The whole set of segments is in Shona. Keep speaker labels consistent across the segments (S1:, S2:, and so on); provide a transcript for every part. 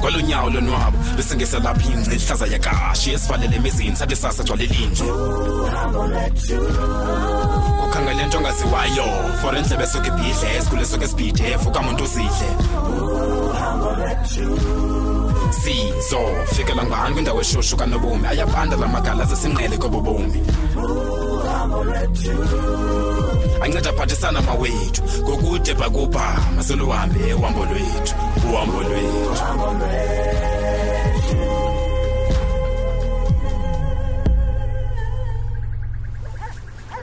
S1: kwalonyawo lonwabo bese ngeselapha ingci ihlaza yakashi esivalele emizini sathi sasa gcwale linje ukhangele nto ongaziwayo for endlebe esuke ibhidle esikhule esuke esibhidef ukamuntu uzidle sizo fikela ngubani kwindawo eshushu kanobomi ayabanda la magala zesinqele kobobomi anceda aphathisana mawethu ngokude bhakubha maseluhambe uhambo lwethu uhambo lwethu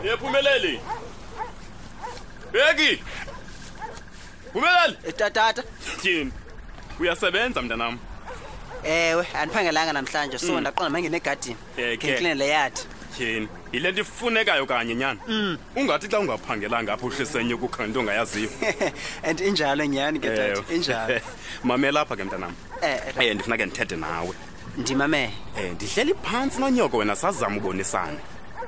S2: niyaphumeleli beki phumelele
S3: tatata
S2: tyhini uyasebenza mntanam
S3: ewe andiphangelanga namhlanje so ndaqonda mangena egadini
S2: Eh, Mm. ke.
S3: ngenkline le yadi
S2: tyhini yile nto ifunekayo kanye nyana ungathi xa ungaphangelanga apho uhlisenye ukukhala into ongayaziyo
S3: and injalo nyhani ke tata
S2: Ewe.
S3: injalo
S2: mamela apha ke mntanam
S3: Eh, eh, tata.
S2: eye ndifuna ke ndithethe nawe
S3: ndimamele
S2: um ndihleli phantsi nonyoko wena sazama ubonisana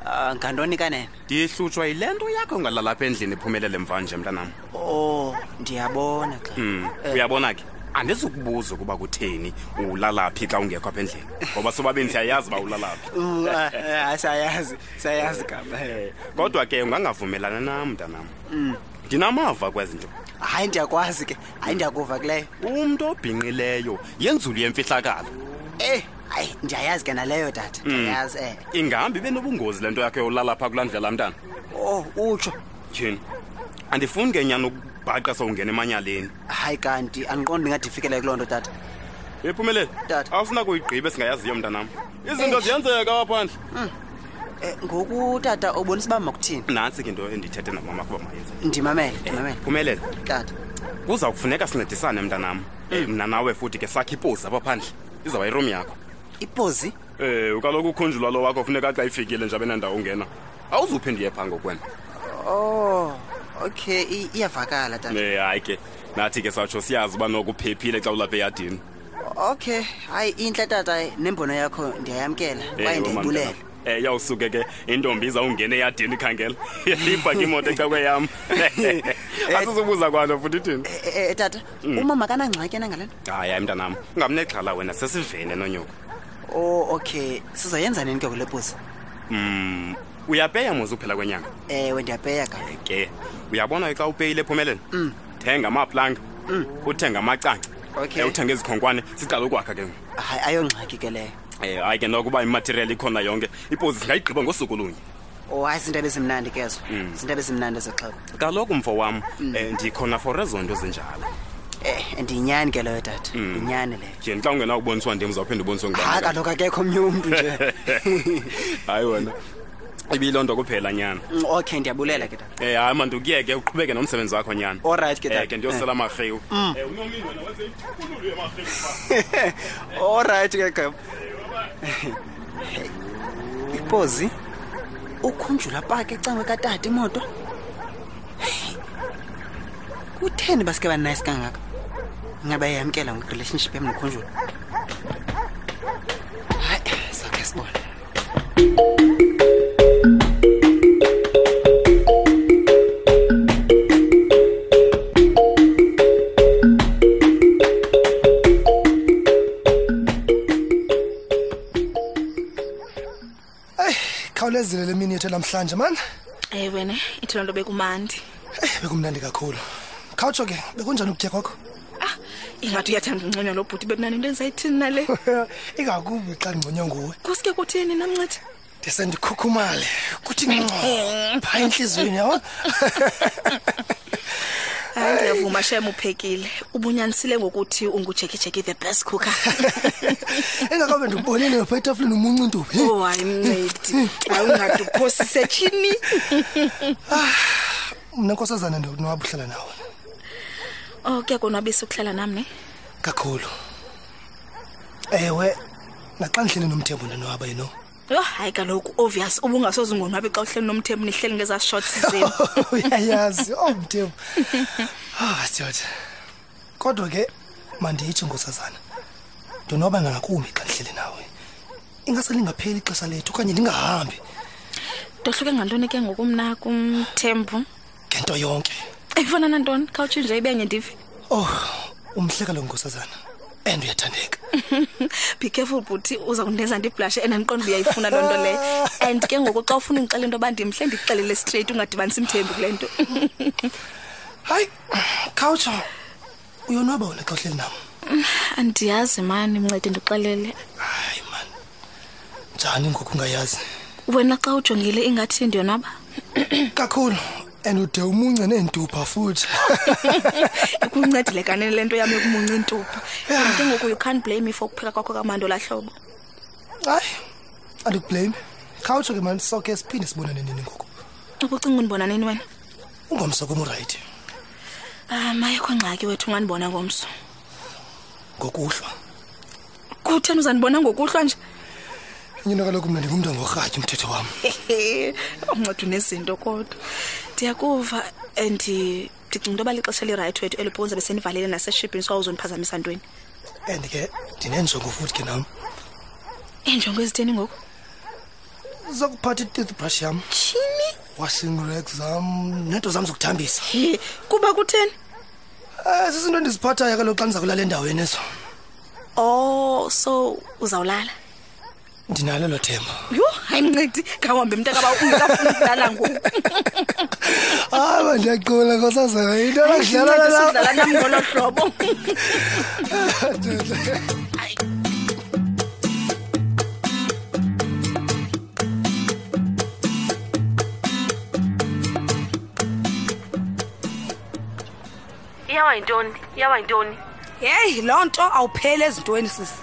S3: Ah, ngantoni kanene
S2: ndihlutshwa yile nto yakho ungalalapha endlini iphumelele mvanje mntanam
S3: o Oh, ndiyabona xa
S2: Mm, uyabona ke andizukubuza ukuba kutheni ulalaphi xa ungekho apha endlini ngoba sobabini siyayazi uba ulalaphi
S3: Uh, ah, ah, siyayazi siyayazi gama eh.
S2: kodwa ke ungangavumelana nam mntanam ndinamava kwezinto
S3: hayi ndiyakwazi ke hayi ndiyakuva kuleyo
S2: umntu obhinqileyo yenzulu yemfihlakalo
S3: eyi Eh, hayi ndiyayazi ke naleyo tata
S2: Hmm.
S3: ndiyayazi eh
S2: ingahambi benobungozi le nto yakho yolalapha kulaa ndlela mntana
S3: o Oh, utsho
S2: tyhini andifuni ke nyani ukubhaqa sowungena emanyaleni
S3: hayi kanti andiqondi ndingadifikele kuloo nto tata
S2: ephumelele
S3: Tata.
S2: awufuna kuyigqiba esingayaziyo mntanam izinto ziyenzeka aphandle
S3: Eh, ngoku tata ubonisa uba makuthini
S2: nantsi ke into endithethe namama kuba mayenze
S3: ndimamele ndimamele
S2: phumelele
S3: tata
S2: kuza kufuneka sincedisane mntanam Eh, mna nawe futhi ke sakhe ipozi apha phandle izawuba yirom yakho
S3: ipozi
S2: um kaloku ukhunjulwa lo wakho funeka xa ifikile nje abenandawo ungena awuzuphindiye phaa ngokwena
S3: oh okay i- iyavakala tata
S2: um hayi ke nathi ke satsho siyazi uba noko uphephile xa ulapha eyadini
S3: okay hayi intle tata nembono yakho ndiyayamkela kwaye ndiyibulela
S2: um Eh, yawusuke ke intombi izawungena eyadini khangela ibhaki imoto ecakwe yam asizubuza kwanto futhi ithini
S3: Eh, eh, tata
S2: Mm.
S3: umama kanangxaki ena ngale nto
S2: hayi hayi mntanam ungamnexhala wena sesivene nonyoko
S3: o Oh, okay sizoyenza nini ke kule pozi
S2: um uyapeya moze uphela kwenyanga
S3: ewe ndiyapeya ka
S2: ke uyabona ke xa upeyile ephumelele
S3: Mm.
S2: thenga amaplanga uthenge amacangca
S3: Okay.
S2: Eh, uthenge izikhonkwane siqale ukwakha ke ngoku.
S3: hayi ayongxaki ke leyo
S2: Eh, hayi ke nokuba imaterial ikhona yonke ipozi singayigqiba ngosuku lunye
S3: o Oh, hayi ziindaba ezimnandi ke zo
S2: Mm.
S3: ziindaba ezimnandi ezexheko
S2: kaloku mfo wam
S3: Mm.
S2: eh, ndikhona for ezo nto zinjalo
S3: eh ndiyinyani ke leyo tata
S2: Mm.
S3: ndiyinyani leyo
S2: tyheni xa ungenakuboniswa ndim uzawuphinda uboniswe
S3: hayi
S2: ngubani
S3: Ah, kaloku akekho omnye umntu nje
S2: hayi wena ibiyiloo nto kuphela nyana
S3: Mm, okay ndiyabulela ke tata
S2: um hayi mandukuyeke uqhubeke nomsebenzi wakho nyana
S3: olrayithi ke
S2: Eh,
S3: tata
S2: ke ndiyosela amarhewu
S3: Mm.
S2: Eh, unomlingo wena wenze ikhulu yamarhewu phaa.
S3: olrayithi ke gama ipozi ukhunjula paka ecangwe katata imoto Hey, kutheni basike banayisi kangaka ingaba yamkela ngirelationship yam nokhunjula hayi sokhe sibone
S4: khawulezile le mini yethu namhlanje mani
S5: Eh wena ithi loo nto bekumandi
S4: Eh, bekumnandi kakhulu khawutsho ke bekunjani ukutya kwakho
S5: ah ingathi uyathanda unconywa lo bhuti bebunanento endisayithini nale
S4: ingakumbi xa ndingconywa nguwe
S5: kusuke kutheni namncedi
S4: ndisendikhukhumale kuthi nco phaa entliziyweni yabo
S5: hayi ndiyavuma shem uphekile ubunyanisile ngokuthi ungujekijeki the best cooker
S4: engakabe ndikubonile phaa etafuleni umuncu ntombi
S5: oh hayi mncedi hayi ungade uphosesetshini
S4: mna nkosazana ndikunwaba uhlala nawe
S5: oh kuyakonwabisa ukuhlala nam ne
S4: kakhulu ewe naxa ndihleli nomthembo ndonwaba yino
S5: yho hayi kaloku obvious ubungasoze ungonwabi xa uhleli nomthembu nihleli ngezaa shots zenu
S4: uyayazi oh mthembo ah siyoda kodwa ke mandiyitsho nkosazana ndonwaba ngakumbi xa ndihleli nawe ingase lingapheli ixesha lethu okanye ndingahambi
S5: ndohluke ngantoni ke ngokumna kumthembu
S4: ngento yonke
S5: efana nantoni khawutshinje ibenye ndive
S4: oh umhlekalo nkosazana and uyathandeka
S5: be careful bhuti uza kundenza ndibhlashe endandiqonda uba uyayifuna loo nto leyo and ke ngoku xa ufuna ndixele into yoba ndimhle ndikuxelele straight ungadibanisi mthembi kule nto
S4: hayi khawutsho uyonwaba wona xa uhleli nam
S5: andiyazi mani mncede ndixelele
S4: hayi mani njani ngoku ungayazi
S5: wena xa ujongile ingathi ndiyonwaba
S4: kakhulu and ude umunce neentupha futhi
S5: ikuncedile kanene le nto yam yokumunca iintupha and ke ngoku you can't blame me for ukupheka kwakho kamandi olaa hlobo
S4: hayi andikubhlame khawutsho ke mani sokhe siphinde sibonane nini ngoku
S5: ukucinga undibona nini wena
S4: ungomso kumurayithi
S5: um ayikho ngxaki wethu ungandibona ngomso
S4: ngokuhlwa
S5: kutheni uzandibona ngokuhlwa nje
S4: enye into kaloku mna ndingumntu angorhatyi umthetho wam
S5: awunceda unezinto kodwa ndiyakuva and ndicinga into yoba lixesha elirayithi wethu elibhonza besenivalele naseshipini sowawuzondiphazamisa ntweni
S4: and ke ndineenjongo futhi ke nam
S5: iinjongo ezitheni ngoku
S4: zokuphatha i-teeth brush yam
S5: tshini
S4: washing rek zam neento zam zokuthambisa
S5: He, kuba kutheni
S4: um zizinto endiziphathayo kaloku xa ndiza kulala endaweni eso
S5: oh so uzawulala
S4: ndinalo lo themba
S5: yho hayi mncedi ngawuhambe mntakaba ungekafuni ukulala ngoku
S4: hayi ba ndiyaqula nkosazana into
S5: Ncedi
S4: nakudlalala
S5: sudlala nam ngolo hlobo
S6: iyawa yintoni iyawa yintoni
S7: yeyi loo nto awupheli ezintweni sisi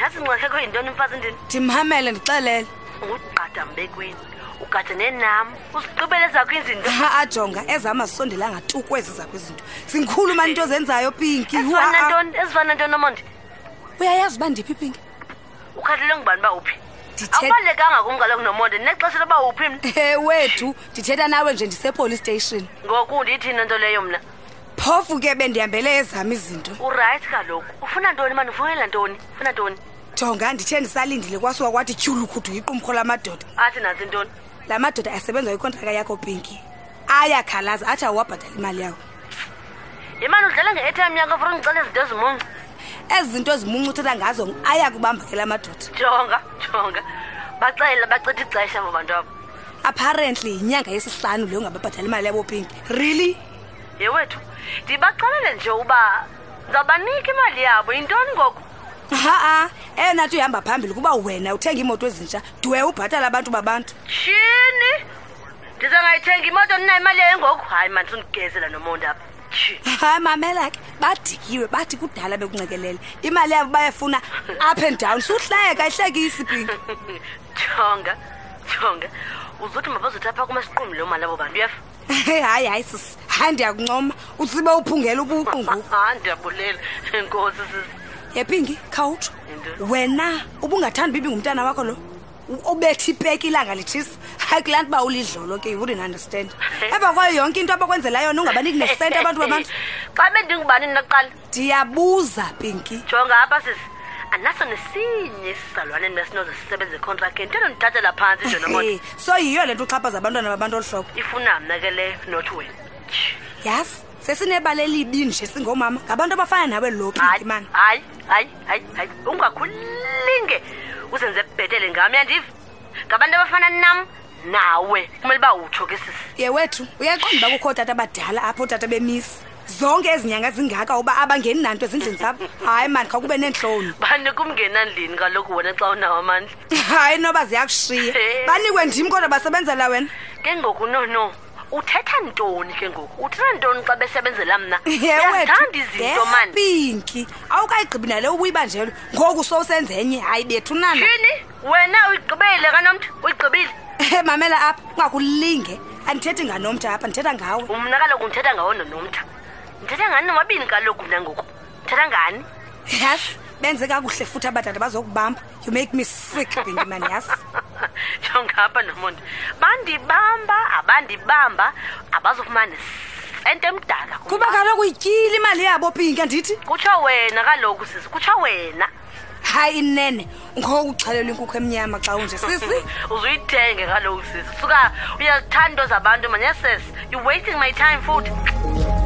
S6: yazi ngxakekho yintoni mfazi ndini
S7: ndimhamele ndixelele
S6: ungugqada mbekweni ugadene nam uzigqibele zakho izinto
S7: Ha, ajonga ezama zisondelanga tu kwezi zakho izinto zinkulu mani into ozenzayo pinki
S6: ezifana nantoni ezifana nantoni omonde
S7: uyayazi uba ndiphi pinki
S6: ukhathalele ngubani uba uphi
S7: Ndithe-
S6: akubalulekanga kum kaloku nomonde nexesha loba uphi mna
S7: e wethu ndithetha nawe nje ndisepolice station
S6: ngoku ndiyithina nto leyo mna
S7: phofu ke bendihambele ezam izinto
S6: urayithi kaloku ufuna ntoni mani ufunela ntoni ufuna ntoni
S7: jonga ndithe ndisalindile kwasuka kwathi tyhulukhudu yiqumrho lamadoda
S6: athi nantsi ntoni
S7: la madoda asebenza kwikontraka yakho pinki ayakhalaza athi awuwabhatali imali yawo
S6: yimani udlala nge-atm yakho for undicela izinto ezimunca
S7: ezi zinto zimuncu uthetha ngazo ayakubamba ke la madoda
S6: jonga jonga bacela bacitha ixesha abo bantu abo
S7: apparently yinyanga yesisihlanu leyo ungababhatali imali yabo pinki really
S6: yewethu ndibaxelele nje uba ndizawubanika imali yabo yintoni ngoku
S7: ha-a eyona nto ihamba phambili kuba wena uthenga iimoto ezintsha dwe ubhatala abantu babantu
S6: tshini ndizangayithenga imoto ndinayo imali yayo ngoku hayi mani sundigezela nomonde apha tshi
S7: hayi mamela ke badikiwe bathi kudala bekuncekelele imali yabo bayefuna up and down suhleka ihlekisi pinki
S6: jonga jonga uzothi mabazothi apha kumasiqumi loo mali abo bantu uyafa
S7: hayi hayi sisi hayi ndiyakuncoma utsibe uphungela ubuqu ngoku
S6: ha ndiyabulela enkosi sisi
S7: yepinki khawutsho
S6: Yintoni?
S7: wena ubungathandi bibi ngumntana wakho lo U- ubethi ipeki ilanga litshisa hayi kulaa nto uba ulidlolo ke you wouldn't understand emva kwayo yonke into abakwenzela yona ungabaniki nesente abantu babantu
S6: xa bendingubani nakuqala
S7: ndiyabuza pinki
S6: jonga apha sisi anaso nesinye isizalwane mna sinoze sisebenze econtract yintoni ndithathela phantsi nje nomonde
S7: Eh, so yiyo le nto uxhaphaza abantwana babantu olu hlobo
S6: ifuna mna ke leyo not wena Tshi.
S7: yasi sesinebali elibi nje singoomama ngabantu abafana nawe lophi
S6: hayi
S7: mani
S6: hayi hayi hayi hayi ungakhulinge uzenze bhetele ngam yandiva ngabantu abafana nam nawe kumele uba utsho ke sisi
S7: ye wethu uyaqonda uba kukho ootata abadala apho ootata bemisi zonke ezi nyanga zingaka uba abangeni nanto ezindlini zabo hayi mani khawukube neentloni
S6: banikumngenandlini kaloku wena xa unawo amandla
S7: hayi noba ziyakushiya
S6: Eh.
S7: banikwe ndim kodwa basebenzela wena
S6: ke ngoku nono uthetha ntoni ke ngoku uthetha ntoni xa besebenzela mna
S7: ye
S6: uyathanda izinto mani
S7: pinki awukayigqibi nale ubuyibanjelo ngoku sowusenze enye hayi bethu nana
S6: tyhini wena uyigqibile kanomntu uyigqibile
S7: Eh, mamela apha ungakulinge andithethi nganomntu apha ndithetha ngawe
S6: mna kaloku ndithetha ngawo nonomtha ndithetha ngani nomabini kaloku mna ngoku ndithetha ngani
S7: yas benze kakuhle futhi abadada bazokubamba you make me sick bendimani yas
S6: jongapha nomonto bandibamba abandibamba abazofumana sente emdaka kum.
S7: kuba kaloku ityile imali yabo pinki andithi
S6: kutsho wena kaloku sisi kutsho wena
S7: hayi inene ngokuxhelelwa inkukhu emnyama xa unje sisi
S6: uzuyithenge kaloku sisi suka uyazithanda into zabantu manyesesi you wasting my time futhi